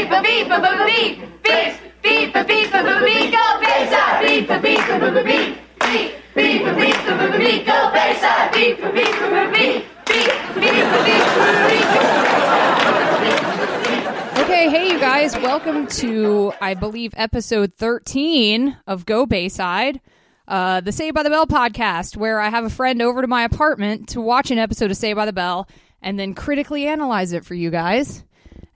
beep, beep, beep, beep, beep, beep, beep, beep, go pizza. Beep, beep, beep, beep, beep, beep, beep, beep, beep, beep, go pizza. Beep, beep, beep, beep, beep, beep, beep, beep, beep. Okay, hey you guys, welcome to I believe episode 13 of Go Bayside, uh, the Say by the Bell podcast, where I have a friend over to my apartment to watch an episode of Say by the Bell and then critically analyze it for you guys.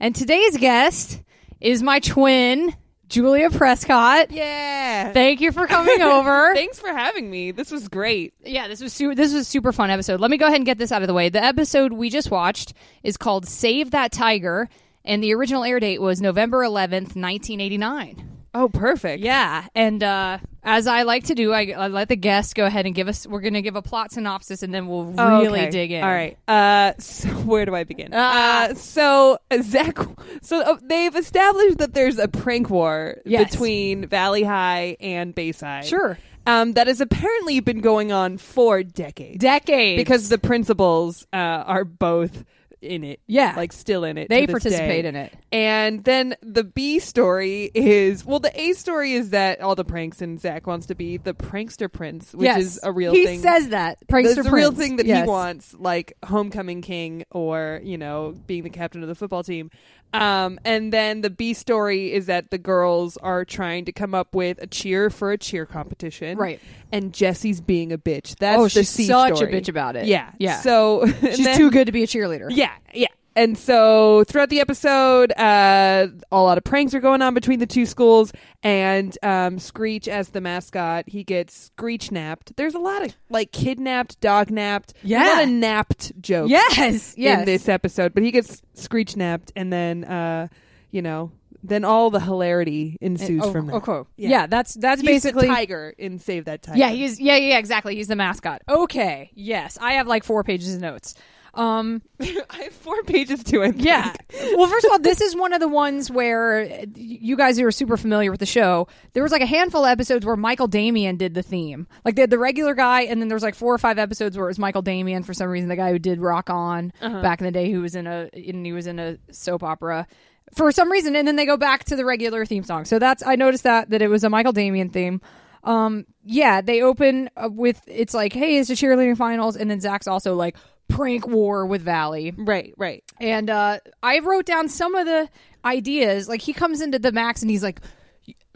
And today's guest is my twin, Julia Prescott. Yeah. Thank you for coming over. Thanks for having me. This was great. Yeah, this was su- this was a super fun episode. Let me go ahead and get this out of the way. The episode we just watched is called "Save That Tiger," and the original air date was November eleventh, nineteen eighty nine. Oh, perfect. Yeah, and uh, as I like to do, I, I let the guests go ahead and give us. We're going to give a plot synopsis, and then we'll Oh, really okay. dig in. All right. Uh, so where do I begin? Ah. Uh, so Zach, so uh, they've established that there's a prank war Yes. between Valley High and Bayside. Sure. Um, that has apparently been going on for decades. decades because the principals uh, are both in it. Yeah. like still in it. They to this participate day. in it. And then the B story is well, the A story is that all the pranks and Zach wants to be the prankster prince, which Yes. is a real he thing. says that prankster That's a real Prince. thing that Yes. he wants, like homecoming king or you know being the captain of the football team. Um, and then the B story is that the girls are trying to come up with a cheer for a cheer competition, Right. And Jesse's being a bitch. That's Oh, the she's C such a story. bitch about it. Yeah, Yeah. So She's too good to be a cheerleader. yeah, yeah. And so throughout the episode, uh, a lot of pranks are going on between the two schools. And um, Screech, as the mascot, he gets Screech napped. There's a lot of like kidnapped, dog napped, a lot Yeah. of napped jokes Yes. Yes. in this episode. But he gets Screech napped, and then uh, you know, then all the hilarity ensues Oh, from that. okay. Yeah. Yeah. that's that's He's basically the tiger in Save That Tiger. Yeah, he's yeah, yeah, exactly. He's the mascot. Okay. Yes. I have like four pages of notes. Um I have four pages to it. yeah. well, first of all, this is one of the ones where uh, you guys who are super familiar with the show, there was like a handful of episodes where Michael Damian did the theme. Like they had the regular guy and then there was like four or five episodes where it was Michael Damian for some reason, the guy who did Rock On back in the day who was in a and he was in a soap opera. For some reason, and then they go back to the regular theme song. So that's I noticed that that it was a Michael Damian theme. Um, yeah, they open uh, with it's like, hey, it's the cheerleading finals, and then Zach's also like prank war with Valley, Right, right. and uh, I wrote down some of the ideas. Like he comes into the Max and he's like,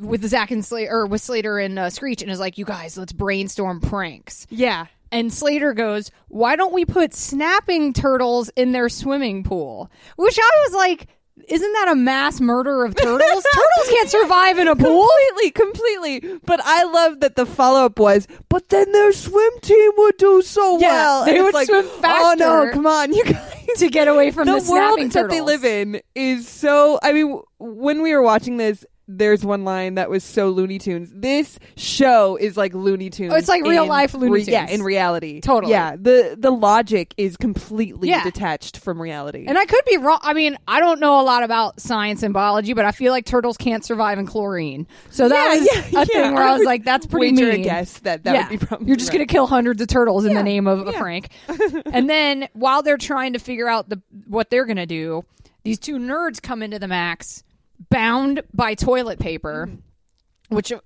with Zach and Slater, or with Slater and uh, Screech, and is like, "You guys, let's brainstorm pranks." Yeah. And Slater goes, "Why don't we put snapping turtles in their swimming pool?" Which I was like, "Isn't that a mass murder of turtles? turtles can't survive in a pool." Completely, completely. But I love that the follow up was, but then their swim team would do so Yeah, well. they And it's would like, swim Oh no, faster." come on, you guys. To get away from the, the world snapping that turtles. they live in is so. I mean, w- when we were watching this, there's one line that was so Looney Tunes. This show is like Looney Tunes. Oh, it's like real in life Looney Yeah, Tunes. in reality, Totally. Yeah, the the logic is completely Yeah. detached from reality. And I could be wrong. I mean, I don't know a lot about science and biology, but I feel like turtles can't survive in chlorine. So that Yeah, was yeah, a thing yeah. where I I was would like, that's pretty wager a mean. guess that that Yeah. would be probably You're just right. going to kill hundreds of turtles in the name of a Yeah. prank. and then while they're trying to figure out the what they're going to do, these two nerds come into the max bound by toilet paper, which uh,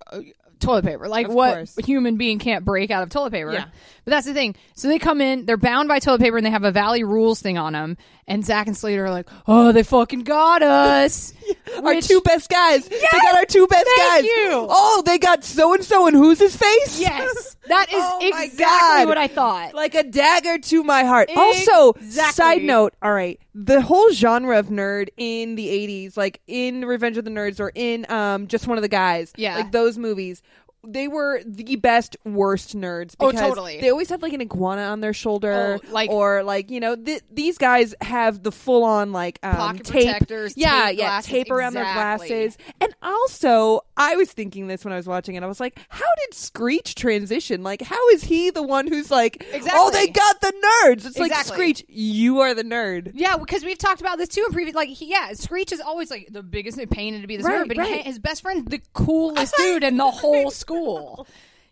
toilet paper, like Mm-hmm. Of what course. a human being can't break out of toilet paper. Yeah. But that's the thing. So they come in, they're bound by toilet paper, and they have a Valley Rules thing on them. And Zach and Slater are like, "Oh, they fucking got us." our Which- two best guys. They got our two best Thank guys. you. Oh, they got so and so and who's his face? Yes, that is Oh my exactly God. what I thought. Like a dagger to my heart. Also, Exactly. side note, all right, the whole genre of nerd in the 80s, like in Revenge of the Nerds or in um just one of the guys, Yeah. like those movies, they were the best worst nerds Oh, because totally. they always had like an iguana on their shoulder Oh, like- or like, you know, th- these guys have the full on like um, Pocket tape. protectors, yeah, tape yeah, glasses, tape around exactly. their glasses. And also, I was thinking this when I was watching it. I was like, how did Screech transition? Like, how is he the one who's like, oh, Exactly. they got the nerds? It's like, Exactly. Screech, you are the nerd. Yeah, because we've talked about this too in previous. Like, he, yeah, Screech is always like the biggest pain in to be this Right, nerd, but he right. can't- his best friend's the coolest dude in the whole school.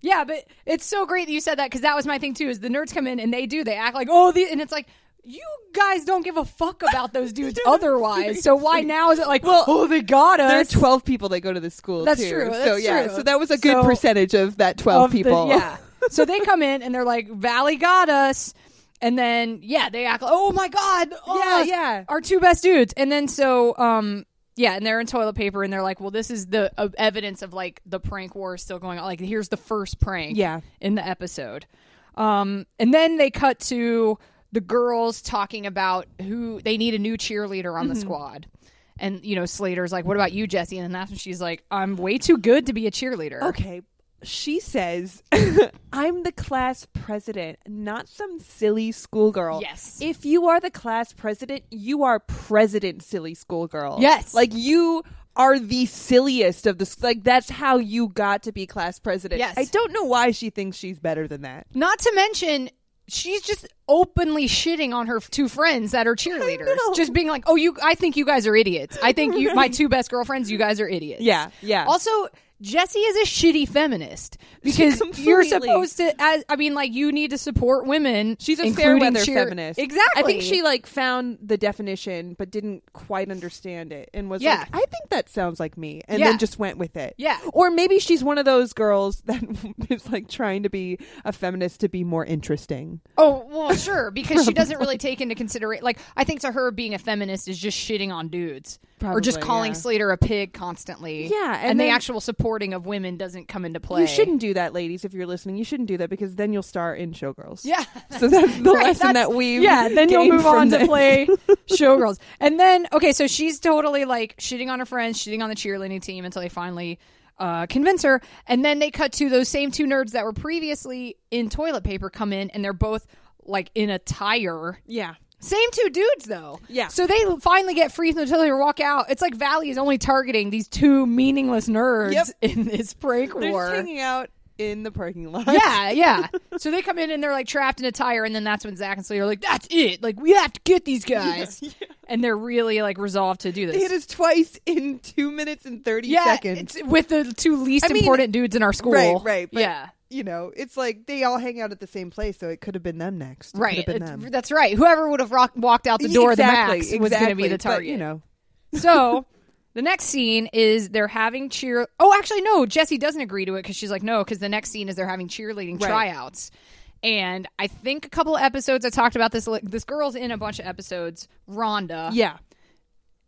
Yeah, but it's so great that you said that because that was my thing too. Is the nerds come in and they do they act like oh the and it's like You guys don't give a fuck about those dudes otherwise. So why now is it like, oh, they got us? There are 12 people that go to this school. That's too. true, so that's yeah, true. so that was a good So- percentage of that 12 of the- people. yeah. so they come in and they're like, Valley got us. And then, yeah, they act like, oh my God. oh, Yeah, yeah. Our two best dudes. And then so, um, yeah, and they're in toilet paper and they're like, well, this is the uh, evidence of like the prank war is still going on. Like, here's the first prank Yeah. in the episode. Um, and then they cut to the girls talking about who they need a new cheerleader Mm-hmm. on the squad. And, you know, Slater's like, what about you, Jesse? And then that's when she's like, I'm way too good to be a cheerleader. Okay. She says, I'm the class president, not some silly schoolgirl. Yes. If you are the class president, you are president silly schoolgirl. Yes. Like you are the silliest of the s- like that's how you got to be class president. Yes. I don't know why she thinks she's better than that. Not to mention, she's just openly shitting on her two friends that are cheerleaders. know. Just being like, "Oh, you I think you guys are idiots. I think you my two best girlfriends, you guys are idiots." Yeah, yeah. Also, Jessie is a shitty feminist because you're Completely. supposed to as I mean like you need to support women. She's a fair including weather cheer- feminist. Exactly. I think she like found the definition but didn't quite understand it and was Yeah. like, I think that sounds like me and Yeah. then just went with it. Yeah. Or maybe she's one of those girls that is like trying to be a feminist to be more interesting. Oh, well, sure, because she doesn't really take into consideration. Like, I think to her, being a feminist is just shitting on dudes or just Probably, calling yeah. Slater a pig constantly. Yeah, and, and the then- actual supporting of women doesn't come into play. You shouldn't do that, ladies, if you're listening. You shouldn't do that because then you'll star in Showgirls. Yeah. So that's the Right, lesson that's- that we yeah. Then you'll move on to play showgirls, and then okay, so she's totally like shitting on her friends, shitting on the cheerleading team until they finally uh, convince her, and then they cut to those same two nerds that were previously in toilet paper come in, and they're both like in attire. Yeah. Same two dudes though. Yeah. So they finally get free from the toilet and walk out. It's like Valley is only targeting these two meaningless nerds Yep. in this prank They're war. just hanging out in the parking lot. yeah, yeah. So they come in and they're like trapped in a tire, and then that's when Zach and Slater are like, "That's it! Like we have to get these guys." And they're really like resolved to do They hit this. us twice in two minutes and thirty Yeah, seconds. it's with the two least I mean- important dudes in our school. Right, right. But, yeah, You know, it's like they all hang out at the same place, so it could have been them next. It right. Could have been It's- them. That's right. Whoever would have rock- walked out the door exactly, of the max was going to be exactly, the but, target. you know. So the next scene is they're having cheer. Oh, actually, no. Jesse doesn't agree to it because she's like, no, because the next scene is they're having cheerleading Right. tryouts. And I think a couple of episodes I talked about this. like, This girl's in a bunch of episodes, Rhonda. Yeah.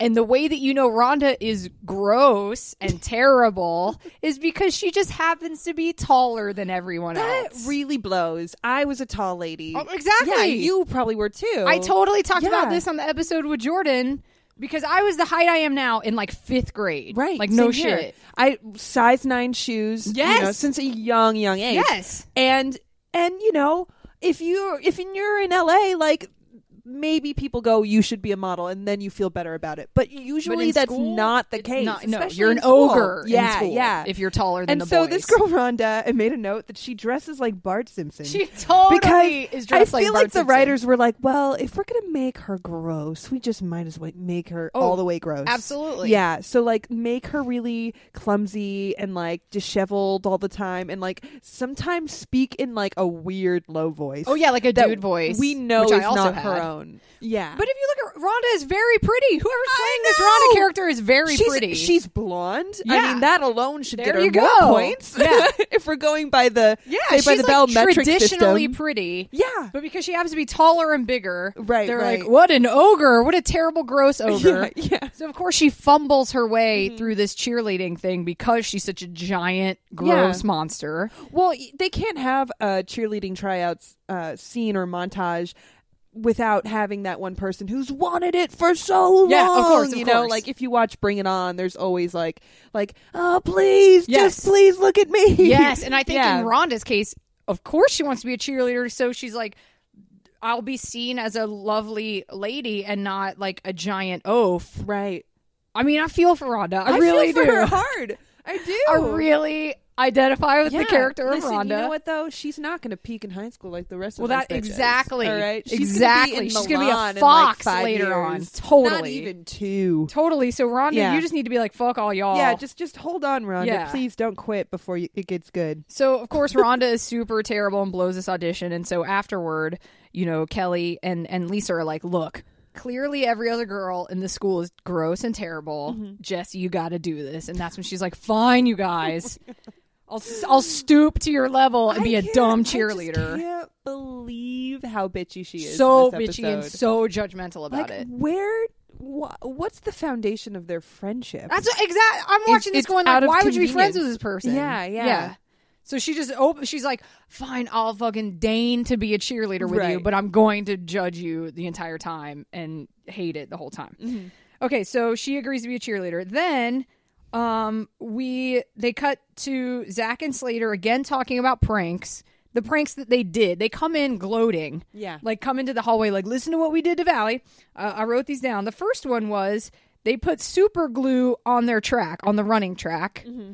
And the way that you know Rhonda is gross and terrible is because she just happens to be taller than everyone That else. really blows. I was a tall lady. Oh, exactly. Yeah, you probably were too. I totally talked about Yeah. this on the episode with Jordan because I was the height I am now in like fifth grade. Right. Like, no same here. shit. I size nine shoes. you Yes. know, since a young, young age. Yes. And and you know, if you're if you're in LA, like maybe people go, you should be a model, and then you feel better about it. But usually in that's school, not the it's case. not- no, especially you're in an school. ogre. in Yeah, school yeah. If you're taller than and the so boys. this girl Rhonda, I made a note that she dresses like Bart Simpson. she totally is I dressed feel like, Bart the Simpson. writers were like, "Well, if we're gonna make her gross, we just might as well make her all the way gross." Oh, absolutely. yeah. So like, make her really clumsy and like disheveled all the time, and like sometimes speak in like a weird low voice. Oh yeah, like a that dude voice. We know which is I also not had. her own. Yeah, But if you look at Rhonda, is very pretty. Whoever's playing this know! Rhonda character is very she's, pretty. She's blonde. Yeah. I mean, that alone should There get her you more go. points. Yeah. if we're going by the yeah, she's Saved by the like bell metric traditionally system. pretty. yeah. But because she happens to be taller and bigger, Right, they're right. like, what an ogre. What a terrible, gross ogre. Yeah, yeah. So, of course, she fumbles her way through this cheerleading thing because she's such a giant, gross monster. Well, y- they can't have a cheerleading tryouts uh, scene or montage without having that one person who's wanted it for so Yeah, long. of course, of you know, course. like if you watch Bring It On, there's always like, like, oh please, Yes. just please look at me. Yes, and I think Yeah. in Rhonda's case, of course she wants to be a cheerleader, so she's like I'll be seen as a lovely lady and not like a giant oaf. right. I mean, I feel for Rhonda. I, really feel for do. her hard. I do. I really identify with Yeah. the character of Listen, Rhonda. You know what though? She's not going to peak in high school like the rest Well, of us. that exactly, All right. exactly. Gonna be in She's gonna be a Milan in, fox like five later years. on. Totally. Not even two. Totally. So Rhonda, Yeah. you just need to be like, fuck all y'all. Yeah. Just just hold on, Rhonda. Yeah. Please don't quit before you, it gets good. So of course Rhonda is super terrible and blows this audition, and so afterward, you know, Kelly and and Lisa are like, "Look, clearly every other girl in the school is gross and terrible. Jess, you got to do this." And that's when she's like, "Fine, you guys, I'll s- I'll stoop to your level and be I a can't- dumb I just cheerleader." can't believe how bitchy she is. So in this bitchy and episode. so judgmental about like it. where wh- what's the foundation of their friendship? That's exactly. I'm watching this it's going like, out of why would you be friends convenience. with this person? Yeah, yeah. So she just open. She's like, fine, I'll fucking deign to be a cheerleader with you, Right. but I'm going to judge you the entire time and hate it the whole time. Mm-hmm. Okay, so she agrees to be a cheerleader. Then, um, we they cut to Zach and Slater again talking about pranks. The pranks that they did. They come in gloating Yeah. like come into the hallway like listen to what we did to valley uh, i wrote these down the first one was they put super glue on their track on the running track Mm-hmm.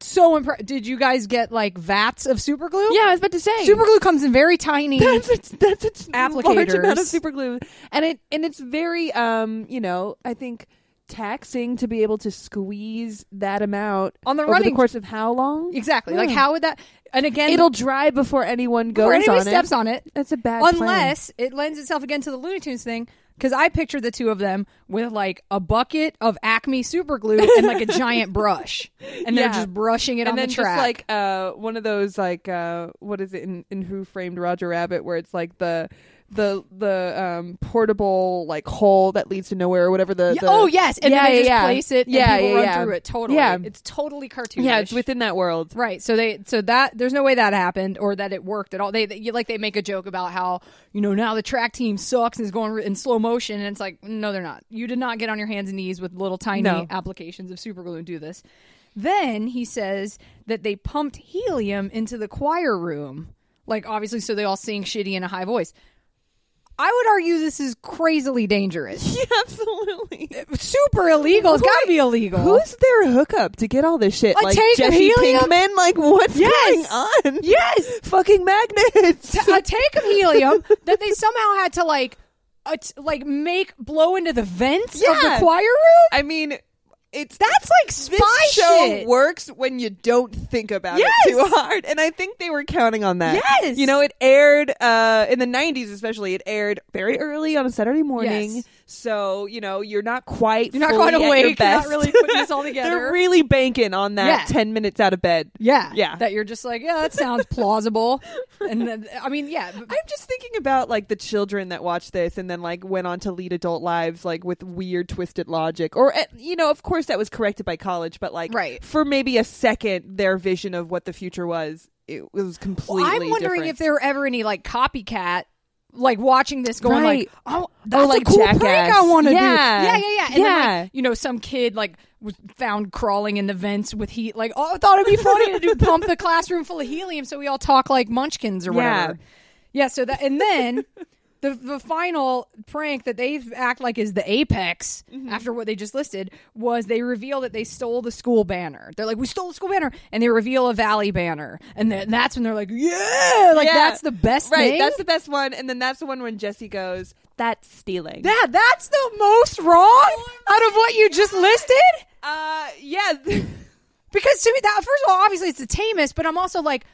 so impressed did you guys get like vats of super glue yeah, I was about to say super glue comes in very tiny that's a, that's a large Applicators. amount of super glue, and it and it's very um you know I think taxing to be able to squeeze that amount On the over running- the course of how long exactly like Yeah. how would that and again Hmm. it'll dry before anyone goes before anybody on steps it. on it That's a bad plan. unless it lends itself again to the Looney Tunes thing. Because I picture the two of them with like a bucket of Acme super glue and like a giant brush, and they're Yeah. just brushing it on and then the track. just like uh, one of those like uh, what is it in, in Who Framed Roger Rabbit where it's like the the the um, portable like hole that leads to nowhere or whatever the, Yeah, the oh yes, and yeah, then they yeah, just yeah. place it. yeah and people yeah, run yeah. through it totally. yeah it's totally cartoonish. yeah it's within that world right. So they so that there's no way that happened or that it worked at all. They, they you- like they make a joke about how you know now the track team sucks and is going re- in slow motion, and it's like no, they're not. You did not get on your hands and knees with little tiny No. applications of super glue and do this. Then he says that they pumped helium into the choir room, like obviously so they all sing shitty in a high voice. I would argue this is crazily dangerous. yeah absolutely Super illegal. It's got to be illegal. who's their hookup to get all this shit A like tank of Jesse helium? Pinkman like what's Yes. going on Yes. fucking magnets t- a tank of helium that they somehow had to like uh, t- like make blow into the vents of the Yeah. choir room. I mean it's That's like spy this show shit. works when you don't think about Yes! it too hard and i think they were counting on that Yes! you know it aired uh in the 90s especially it aired very early on a saturday morning Yes. so you know you're not quite You're not fully quite at your awake. You're not best. really putting this all together. they're really banking on that Yeah. 10 minutes out of bed yeah, yeah That you're just like, yeah, that sounds plausible. and then, I mean, yeah, but- I'm just thinking about like the children that watched this and then like went on to lead adult lives like with weird twisted logic or eh, you know of course that was corrected by college but like Right. for maybe a second their vision of what the future was it was completely I'm wondering if there were ever any like copycat. Like watching this, going Right. like, "Oh, that's like a cool prank Jackass. I want to do." Yeah. yeah, yeah, yeah. And then, Yeah. like, you know, some kid like was found crawling in the vents with heat. Like, oh, I thought it'd be funny to do pump the classroom full of helium so we all talk like Munchkins or Yeah. whatever. Yeah. So that, and then the the final prank that they act like is the apex Mm-hmm. after what they just listed was they reveal that they stole the school banner. They're like, we stole the school banner, and they reveal a Valley banner, and then that's when they're like, yeah, like Yeah. that's the best right thing. that's the best one and then that's the one when Jesse goes that's stealing yeah, that's the most wrong out of what you just listed. uh yeah Because to me, that first of all, obviously it's the tamest, but I'm also like,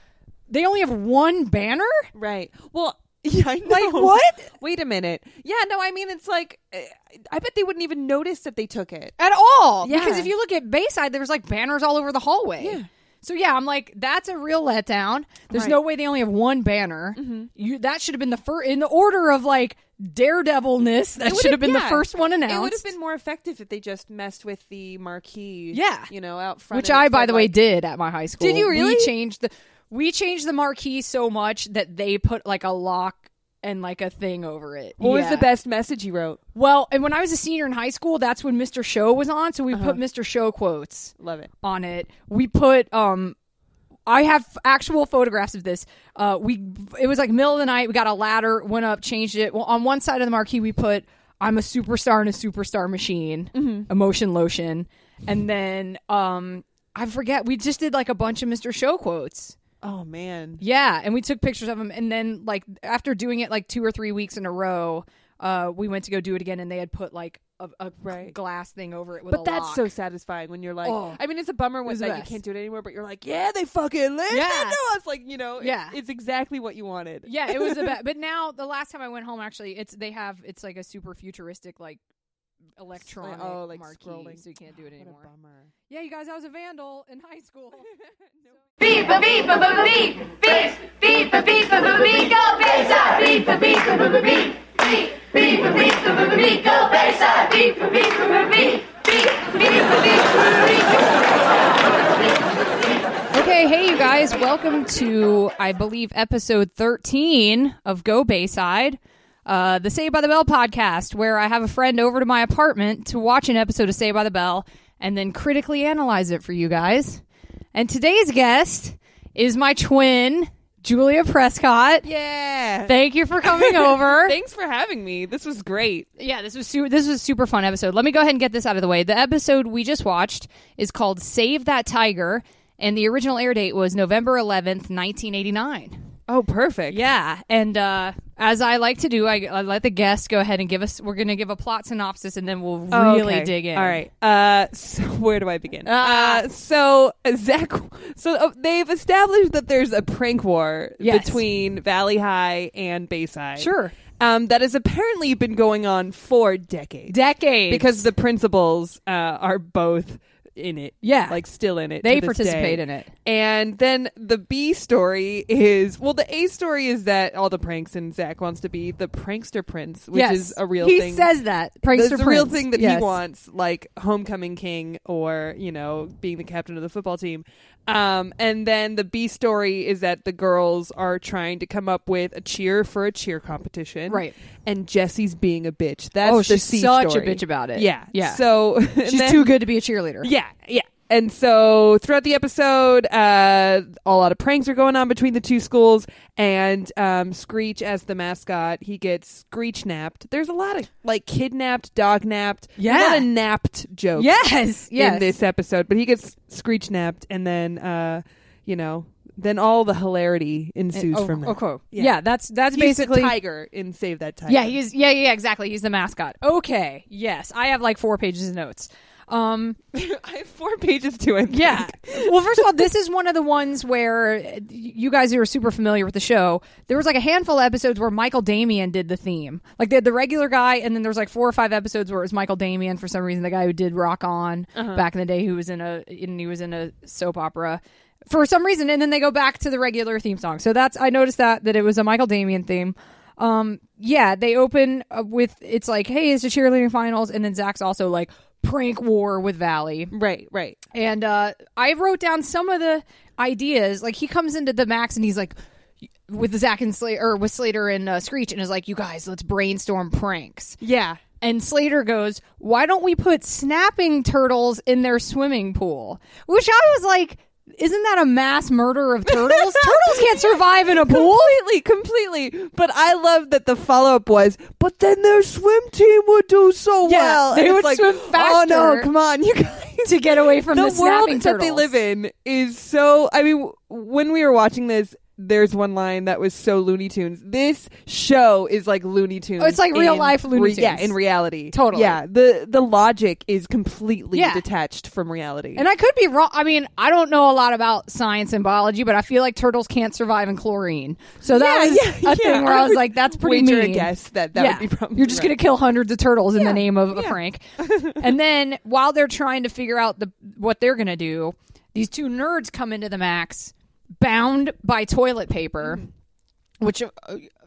they only have one banner. Right. Well, yeah, I know. Like, what? Wait a minute. Yeah, no, I mean, it's like, eh, I bet they wouldn't even notice that they took it. at all. Yeah. Because if you look at Bayside, there was like banners all over the hallway. Yeah. So yeah, I'm like, that's a real letdown. There's Right. Mm-hmm. no way they only have one banner. You that should have been the first in the order of like daredevilness. That It should have would've- been the yeah. first one announced. It would have been more effective if they just messed with the marquee. Yeah. You know, out front. which and I, it by said, the way, like, did at my high school. you We really? changed the we changed the marquee so much that they put like a lock and like a thing over it. What was Yeah. the best message you wrote? Well, and when I was a senior in high school, that's when Mr. Show was on, so we Uh-huh. put Mr. Show quotes. Love it. on it. We put um I have actual photographs of this. Uh we it was like middle of the night, we got a ladder, went up, changed it. Well, on one side of the marquee we put I'm a Mm-hmm. superstar in a superstar machine, emotion lotion. And then um I forget. We just did like a bunch of Mr. Show quotes. Oh man. Yeah, and we took pictures of them, and then like after doing it like two or three weeks in a row, uh, we went to go do it again, and they had put like a, a Right. glass thing over it with. But a that's lock. so satisfying when you're like, Oh. I mean, it's a bummer when was the like, you best. can't do it anymore, but you're like, yeah, they fucking listen Yeah. to us. Like, you know, it's, Yeah. it's exactly what you wanted. Yeah, it was the best. But now the last time I went home, actually, it's they have it's like a super futuristic like electronic oh, like marquee, scrolling. so you can't do it What a anymore. bummer. Yeah, you guys, I was a vandal in high school. Beep a beep a beep beep beep a beep a beep go pizza beep a beep a beep beep beep a beep a beep go pizza beep a beep a beep beep beep a beep a beep go Okay, hey you guys, welcome to I believe episode 13 of Go Bayside, uh, the Say by the Bell podcast, where I have a friend over to my apartment to watch an episode of Say by the Bell and then critically analyze it for you guys. And today's guest is my twin, Julia Prescott. Yeah. Thank you for coming over. Thanks for having me. This was great. Yeah, this was su- this was a super fun episode. Let me go ahead and get this out of the way. The episode we just watched is called "Save That Tiger," and the original air date was November eleventh, nineteen eighty nine. Oh, perfect. Yeah, and uh, as I like to do, I, I let the guest go ahead and give us. We're going to give a plot synopsis, and then we'll really Oh, okay. dig in. All right. Uh, so where do I begin? Ah. Uh, so Zach, so uh, they've established that there's a prank war Yes. between Valley High and Bayside. Sure. Um, that has apparently been going on for decades. decades because the principals uh, are both in it. Yeah. like still in it. They to this participate day. in it. And then the B story is well, the A story is that all the pranks and Zach wants to be the prankster prince, which yes. is a real he thing. says that prankster That's the real Prince. thing that Yes. he wants, like homecoming king or you know being the captain of the football team. Um, and then the B story is that the girls are trying to come up with a cheer for a cheer competition, Right. And Jesse's being a bitch. That's Oh, the she's C such a story. bitch about it. Yeah, Yeah. So and She's then- too good to be a cheerleader. yeah, yeah. And so throughout the episode, uh, a lot of pranks are going on between the two schools. And um, Screech, as the mascot, he gets Screech napped. There's a lot of like kidnapped, dog napped, a lot Yeah. of napped jokes Yes. Yes. in this episode. But he gets Screech napped, and then uh, you know, then all the hilarity ensues Oh, from that. Okay. Yeah. Yeah. that's that's He's basically the tiger in Save That Tiger. Yeah, he's yeah, yeah, exactly. He's the mascot. Okay. Yes. I have like four pages of notes. Um I have four pages to it. yeah. well, first of all, this is one of the ones where uh, you guys who are super familiar with the show, there was like a handful of episodes where Michael Damian did the theme. Like they had the regular guy and then there was like four or five episodes where it was Michael Damian for some reason, the guy who did Rock On back in the day who was in a and he was in a soap opera. For some reason, and then they go back to the regular theme song. So that's I noticed that that it was a Michael Damian theme. Um, yeah, they open uh, with it's like, hey, it's the cheerleading finals, and then Zach's also like prank war with Valley, Right, right. and uh, I wrote down some of the ideas. Like he comes into the max and he's like, with Zach and Slater or with Slater and uh, Screech, and is like, "You guys, let's brainstorm pranks." Yeah. And Slater goes, "Why don't we put snapping turtles in their swimming pool?" Which I was like, "Isn't that a mass murder of turtles? turtles can't survive in a pool." Completely, completely. But I love that the follow up was, but then their swim team would do so Yeah, well. they it's would like, swim Oh no, faster." come on, you guys. To get away from the, world snapping that they turtles. live in is so. I mean, w- when we were watching this, there's one line that was so Looney Tunes. This show is like Looney Tunes. Oh, it's like real in life Looney Yeah, Tunes. in reality, Totally. Yeah, the the logic is completely Yeah. detached from reality. And I could be wrong. I mean, I don't know a lot about science and biology, but I feel like turtles can't survive in chlorine. So that Yeah, was yeah, a yeah. thing where I was like, that's pretty Wager a mean. guess that that Yeah. would be probably You're just right. going to kill hundreds of turtles in the name of a yeah. prank. and then while they're trying to figure out the what they're going to do, these two nerds come into the max bound by toilet paper, which uh,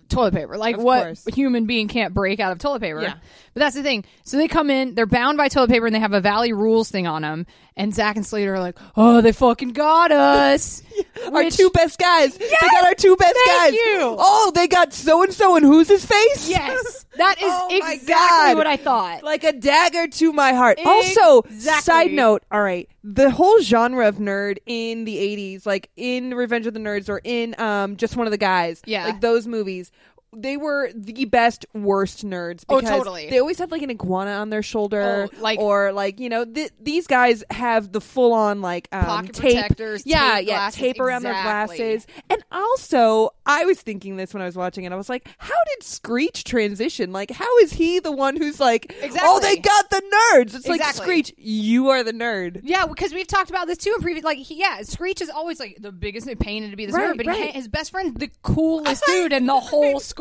toilet paper, like Mm-hmm. Of what course. a human being can't break out of toilet paper. Yeah. But that's the thing. So they come in, they're bound by toilet paper, and they have a Valley Rules thing on them. And Zach and Slater are like, "Oh, they fucking got us." our Which- two best guys. they got our two best Thank guys. you. Oh, they got so and so, and who's his face? Yes, that is Oh my exactly God. what I thought. Like a dagger to my heart. Also, Exactly. side note, all right, the whole genre of nerd in the 80s, like in Revenge of the Nerds or in um just one of the guys, Yeah. like those movies they were the best worst nerds Oh, because totally. they always had like an iguana on their shoulder Oh, like- or like you know th- these guys have the full on like um, Pocket tape protectors, yeah tape yeah glasses, tape around exactly. their glasses and also I was thinking this when I was watching it I was like how did Screech transition like how is he the one who's like oh Exactly. they got the nerds it's like Exactly. Screech you are the nerd Yeah, because we've talked about this too in previous. Like, he, yeah, Screech is always like the biggest pain to be this Right, nerd, but he right. can't- his best friend's the coolest dude in the whole school.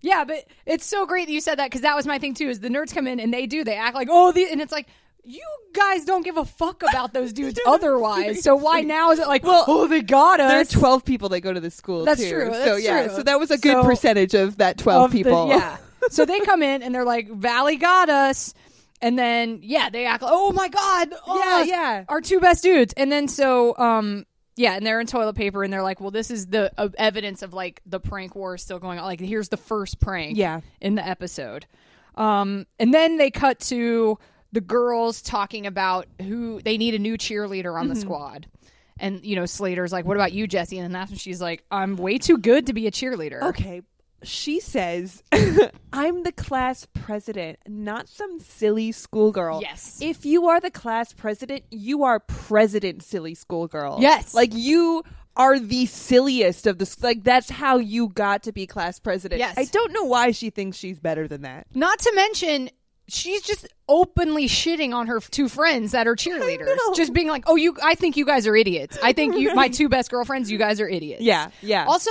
Yeah, but it's so great that you said that because that was my thing too. Is the nerds come in and they do they act like oh the and it's like you guys don't give a fuck about those dudes otherwise. So why now is it like well oh they got us There are twelve people that go to this school. That's too. true, so that's yeah, true. so that was a good So- percentage of that twelve of the- people. yeah. so they come in and they're like, Valley got us. And then yeah, they act like, oh my god, oh, Yeah, yeah. our two best dudes. And then so um yeah, and they're in toilet paper and they're like, well, this is the uh, evidence of like the prank war is still going on. Like here's the first prank Yeah. in the episode. Um and then they cut to the girls talking about who they need a new cheerleader on the Mm-hmm. squad. And you know Slater's like, "What about you, Jesse?" And then that's when she's like, "I'm way too good to be a cheerleader." Okay. She says, I'm the class president, not some silly schoolgirl. Yes. If you are the class president, you are president silly schoolgirl. Yes. Like you are the silliest of the s- like that's how you got to be class president. Yes. I don't know why she thinks she's better than that. Not to mention, she's just openly shitting on her two friends that are cheerleaders. know. Just being like, "Oh, you I think you guys are idiots. I think you my two best girlfriends, you guys are idiots." Yeah, yeah. Also,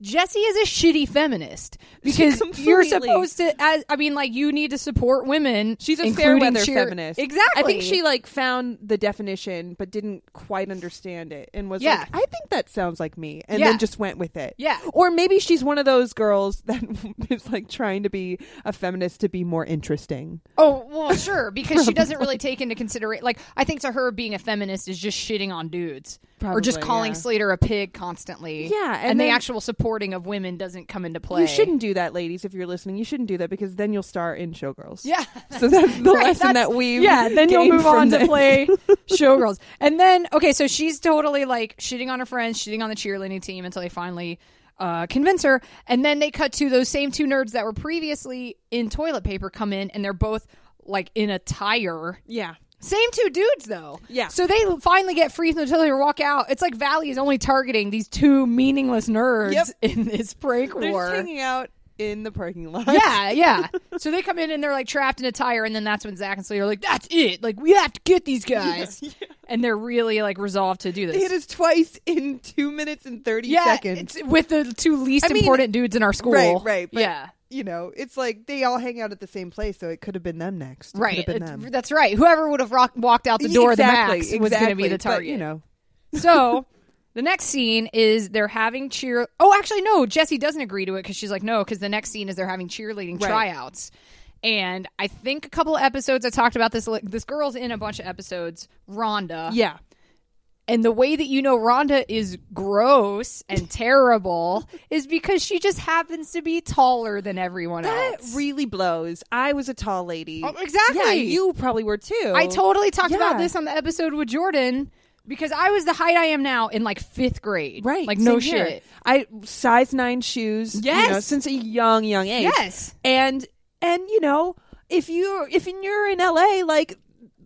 Jesse is a shitty feminist because you're Completely. supposed to as I mean like you need to support women. She's a fair including weather cheer- feminist. Exactly. I think she like found the definition but didn't quite understand it and was Yeah. like, I think that sounds like me and Yeah. then just went with it. Yeah. Or maybe she's one of those girls that is like trying to be a feminist to be more interesting. Oh, well, sure, because she doesn't really take into consideration. Like, I think to her, being a feminist is just shitting on dudes or just Probably, calling yeah. Slater a pig constantly. Yeah, and, and the then- actual supporting of women doesn't come into play. You shouldn't do that, ladies, if you're listening. You shouldn't do that because then you'll star in Showgirls. Yeah. So that's the Right, lesson that's- that we yeah. Then you'll gained move from on to this. play showgirls, and then okay, so she's totally like shitting on her friends, shitting on the cheerleading team until they finally uh, convince her, and then they cut to those same two nerds that were previously in toilet paper come in, and they're both like in attire. Yeah. Same two dudes though. Yeah. So they finally get free from the toilet and walk out. It's like Valley is only targeting these two meaningless nerds Yep. in this prank They're war. just hanging out in the parking lot. Yeah, yeah. So they come in and they're like trapped in a tire, and then that's when Zach and Slater are like, "That's it! Like we have to get these guys." And they're really like resolved to do this. They hit us twice in two minutes and thirty yeah, seconds. it's with the two least I mean, important dudes in our school. Right, right. But, yeah, You know, it's like they all hang out at the same place, so it could have been them next. It right. Could have been It's- them. That's right. Whoever would have rock- walked out the door exactly, of the max was going to be exactly, the but, target. you know. So the next scene is they're having cheer. Oh, actually, no. Jesse doesn't agree to it because she's like, no, because the next scene is they're having cheerleading Right. tryouts. And I think a couple of episodes I talked about this. like, This girl's in a bunch of episodes, Rhonda. Yeah. And the way that you know Rhonda is gross and terrible is because she just happens to be taller than everyone That else. really blows. I was a tall lady. Oh, exactly. Yeah, you probably were too. I totally talked about Yeah. this on the episode with Jordan because I was the height I am now in like fifth grade. Right. Like, no same here. shit. I size nine shoes. you Yes. know, since a young, young age. Yes. And and you know, if you're if you're in LA, like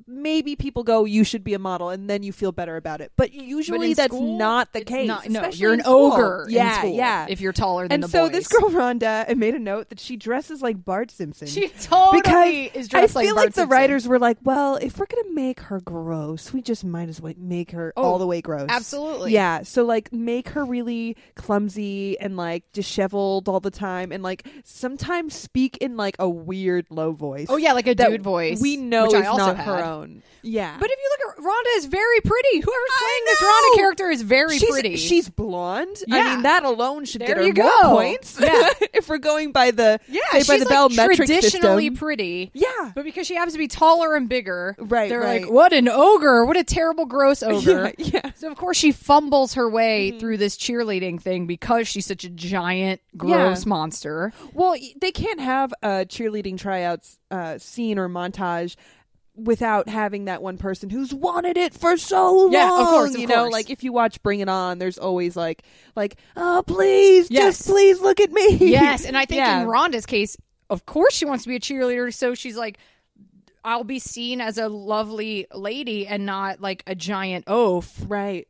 maybe people go, you should be a model, and then you feel better about it. But usually in that's school, not the it's case. not- no, especially you're in an school. ogre. in Yeah, school yeah. If you're taller than and the so boys. this girl Rhonda, I made a note that she dresses like Bart Simpson. she totally is I dressed feel like, Bart the Simpson. writers were like, "Well, if we're gonna make her gross, we just might as well make her all the way gross." Oh, absolutely. Yeah. So like, make her really clumsy and like disheveled all the time, and like sometimes speak in like a weird low voice. Oh yeah, like a that dude voice. We know which is I also not had. her own. Yeah. But if you look at Rhonda, is very pretty. Whoever's playing this know! Rhonda character is very she's, pretty. She's blonde. I Yeah. mean, that alone should There get her you more go. points. Yeah. if we're going by the yeah, say she's by the like bell metric traditionally system. pretty. yeah. But because she happens to be taller and bigger, Right, they're right. like, "What an ogre! What a terrible, gross ogre!" Yeah, yeah. So of course she fumbles her way through this cheerleading thing because she's such a giant, gross monster. Well, y- they can't have uh, cheerleading tryouts uh, scene or montage without having that one person who's wanted it for so Yeah, of long. course, of you know, course. like if you watch Bring It On, there's always like, like, oh please, Yes. just please look at me. Yes, and I think Yeah. in Rhonda's case, of course she wants to be a cheerleader, so she's like, I'll be seen as a lovely lady and not like a giant oaf. right.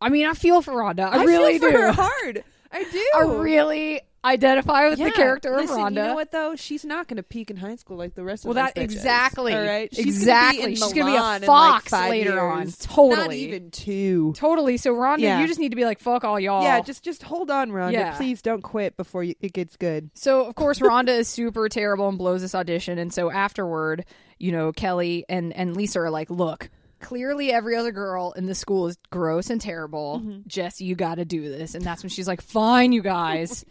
I mean, I feel for Rhonda. I, I feel really for do. her hard. I do. I really identify with Yeah. the character Listen, of Rhonda. You know what though? She's not going to peak in high school like the rest Well, of us. that exactly, All right. She's exactly. Gonna be in She's gonna be Milan a in, like, fox five later on. years. Totally, Not even two. totally. So Rhonda, Yeah. you just need to be like, fuck all y'all. Yeah, just just hold on, Rhonda. Yeah. Please don't quit before you, it gets good. So of course Rhonda is super terrible and blows this audition, and so afterward, you know, Kelly and and Lisa are like, "Look, clearly every other girl in the school is gross and terrible. Mm-hmm. Jesse, you got to do this." And that's when she's like, "Fine, you guys,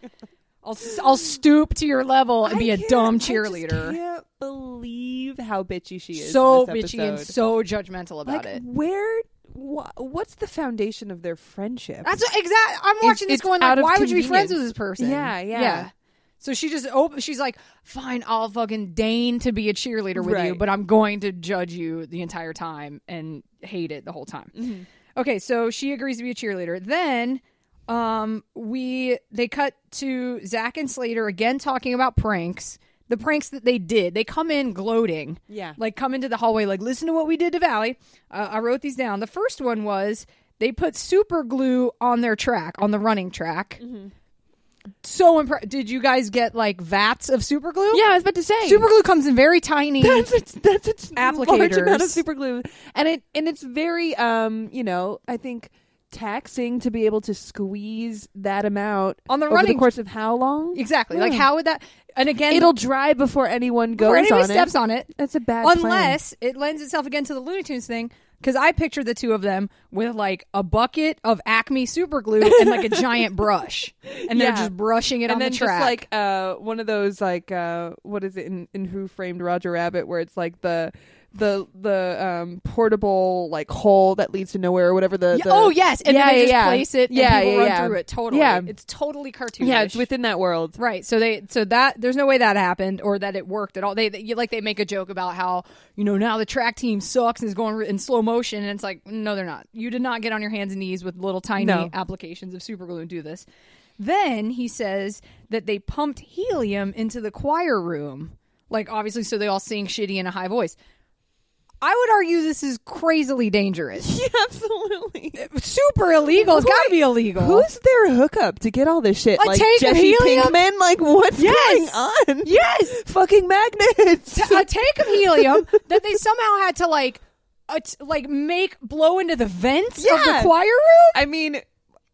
I'll s- I'll stoop to your level and be a a dumb I cheerleader." can't believe how bitchy she is. So in this bitchy and episode. so judgmental about like, it. Where? Wha- what's the foundation of their friendship? That's exactly. I'm watching this it's going like, out of why would you be friends with convenience. this person? Yeah, yeah. So she just open. She's like, fine, I'll fucking deign to be a cheerleader with you, Right. but I'm going to judge you the entire time and hate it the whole time. Mm-hmm. Okay, so she agrees to be a cheerleader. Then, um, we they cut to Zach and Slater again talking about pranks. The pranks that they did. They come in gloating. Yeah. Like come into the hallway, like, listen to what we did to Valley. Uh, I wrote these down. The first one was they put super glue on their track, on the running track. Mm-hmm. So impressed. Did you guys get like vats of super glue? yeah, I was about to say. Super glue comes in very tiny. that's its that's its large amount of Applicators. super glue, and it and it's very um you know I think taxing to be able to squeeze that amount On the over running- the course of how long exactly. Like Yeah. how would that? And again, it'll dry before anyone goes before anybody on steps it. on it. That's a bad plan. Unless it lends itself again to the Looney Tunes thing, because I picture the two of them with like a bucket of Acme super glue and like a giant brush, and they're Yeah. just brushing it on and then the track. just like uh, one of those like uh, what is it in, in Who Framed Roger Rabbit where it's like the the the um, portable like hole that leads to nowhere or whatever the, Yeah, the oh yes, and yeah, then they yeah, just yeah. place it. yeah and people yeah, run yeah. through it totally. yeah it's totally cartoonish. yeah it's within that world Right, so they so that there's no way that happened or that it worked at all. They, they you- like they make a joke about how you know now the track team sucks and is going re- in slow motion, and it's like no, they're not. You did not get on your hands and knees with little tiny No. applications of super glue and do this. Then he says that they pumped helium into the choir room, like obviously so they all sing shitty in a high voice. I would argue this is crazily dangerous, absolutely super illegal. It's got to be illegal. Who's their hookup to get all this shit? A like tank of Jesse helium? Pinkman? Like what's Yes. going on? yes, Fucking magnets. t- uh, a tank of helium that they somehow had to like uh, t- like make blow into the vents of the Yeah. choir room. I mean,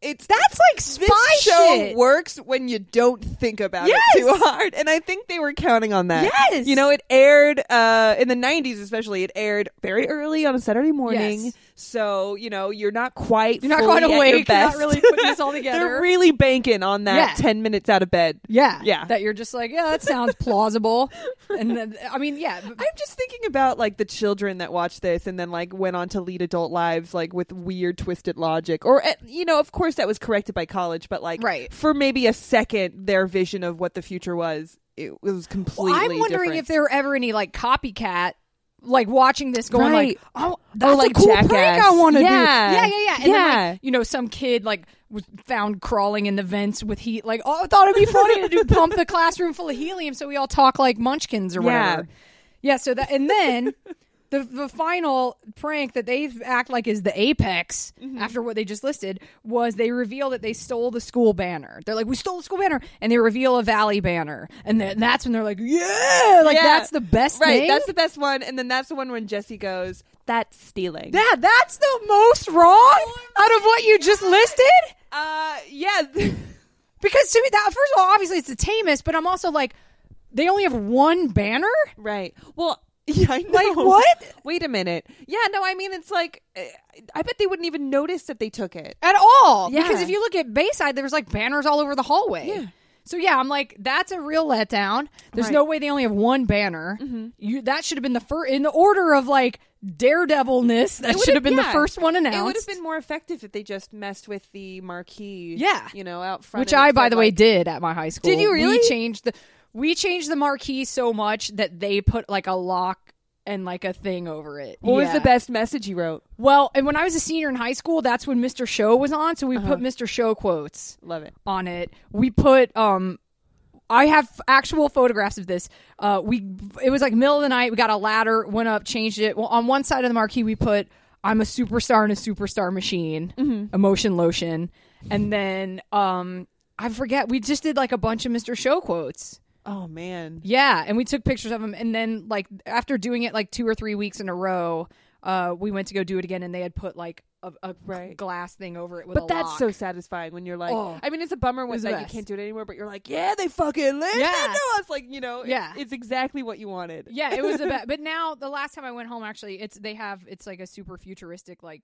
it's That's like spy this show shit. works when you don't think about Yes. it too hard, and I think they were counting on that. Yes. you know, it aired uh, in the '90s, especially. It aired very early on a Saturday morning, Yes. so you know you're not quite You're not fully quite at your awake. You're not best. really putting this all together. They're really banking on that Yeah. ten minutes out of bed. yeah, Yeah. That you're just like, yeah, that sounds plausible. and then, I mean, yeah, b- I'm just thinking about like the children that watched this and then like went on to lead adult lives like with weird twisted logic or eh, you know of course that was corrected by college but like Right. for maybe a second their vision of what the future was it was completely I'm wondering different. if there were ever any like copycat. Like watching this, going Right. like, "Oh, that's like a cool prank Jackass. I want to Yeah. do." Yeah, yeah, yeah. And Then, Yeah. like, you know, some kid like was found crawling in the vents with heat. Like, oh, I thought it'd be funny to do pump the classroom full of helium so we all talk like Munchkins or Yeah. whatever. Yeah. So that and then the the final prank that they act like is the apex Mm-hmm. after what they just listed was they reveal that they stole the school banner. They're like, we stole the school banner, and they reveal a Valley banner, and then that's when they're like, yeah, like Yeah. that's the best right thing. that's the best one and then that's the one when Jesse goes that's stealing yeah, that's the most wrong out of what you just listed. uh yeah Because to me, that first of all, obviously it's the tamest, but I'm also like, they only have one banner. Right. Well, yeah, I know. Like, what? Wait a minute. Yeah, no, I mean, it's like, eh, I bet they wouldn't even notice that they took it. at all. Yeah. Because if you look at Bayside, there was like banners all over the hallway. Yeah. So yeah, I'm like, that's a real letdown. There's Right. Mm-hmm. no way they only have one banner. You that should have been the first in the order of like daredevilness. That It should have would've- been the yeah. first one announced. It would have been more effective if they just messed with the marquee. Yeah. You know, out front. which and I, it by said, the way, like, did at my high school. Did you We really? changed the we changed the marquee so much that they put like a lock and like a thing over it. What was Yeah. the best message you wrote? Well, and when I was a senior in high school, that's when Mr. Show was on, so we Uh-huh. put Mr. Show quotes Love it. on it. We put um I have actual photographs of this. Uh we it was like middle of the night, we got a ladder, went up, changed it. Well, on one side of the marquee we put I'm a superstar in a superstar machine, Mm-hmm. emotion lotion. And then um I forget, we just did like a bunch of Mr. Show quotes. Oh man. Yeah, and we took pictures of them, and then like after doing it like two or three weeks in a row, uh, we went to go do it again, and they had put like a, a Right. glass thing over it with But a that's lock. so satisfying when you're like, Oh. I mean, it's a bummer when was the that you best. can't do it anymore, but you're like, yeah, they fucking listened Yeah. to us. Like, you know, it's- Yeah. it's, exactly what you wanted. yeah, it was the best. But now the last time I went home, actually, it's they have it's like a super futuristic like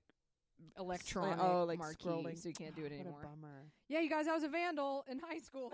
electronic oh, like marquee, scrolling. so you can't do it What a anymore. bummer. Yeah, you guys, I was a vandal in high school.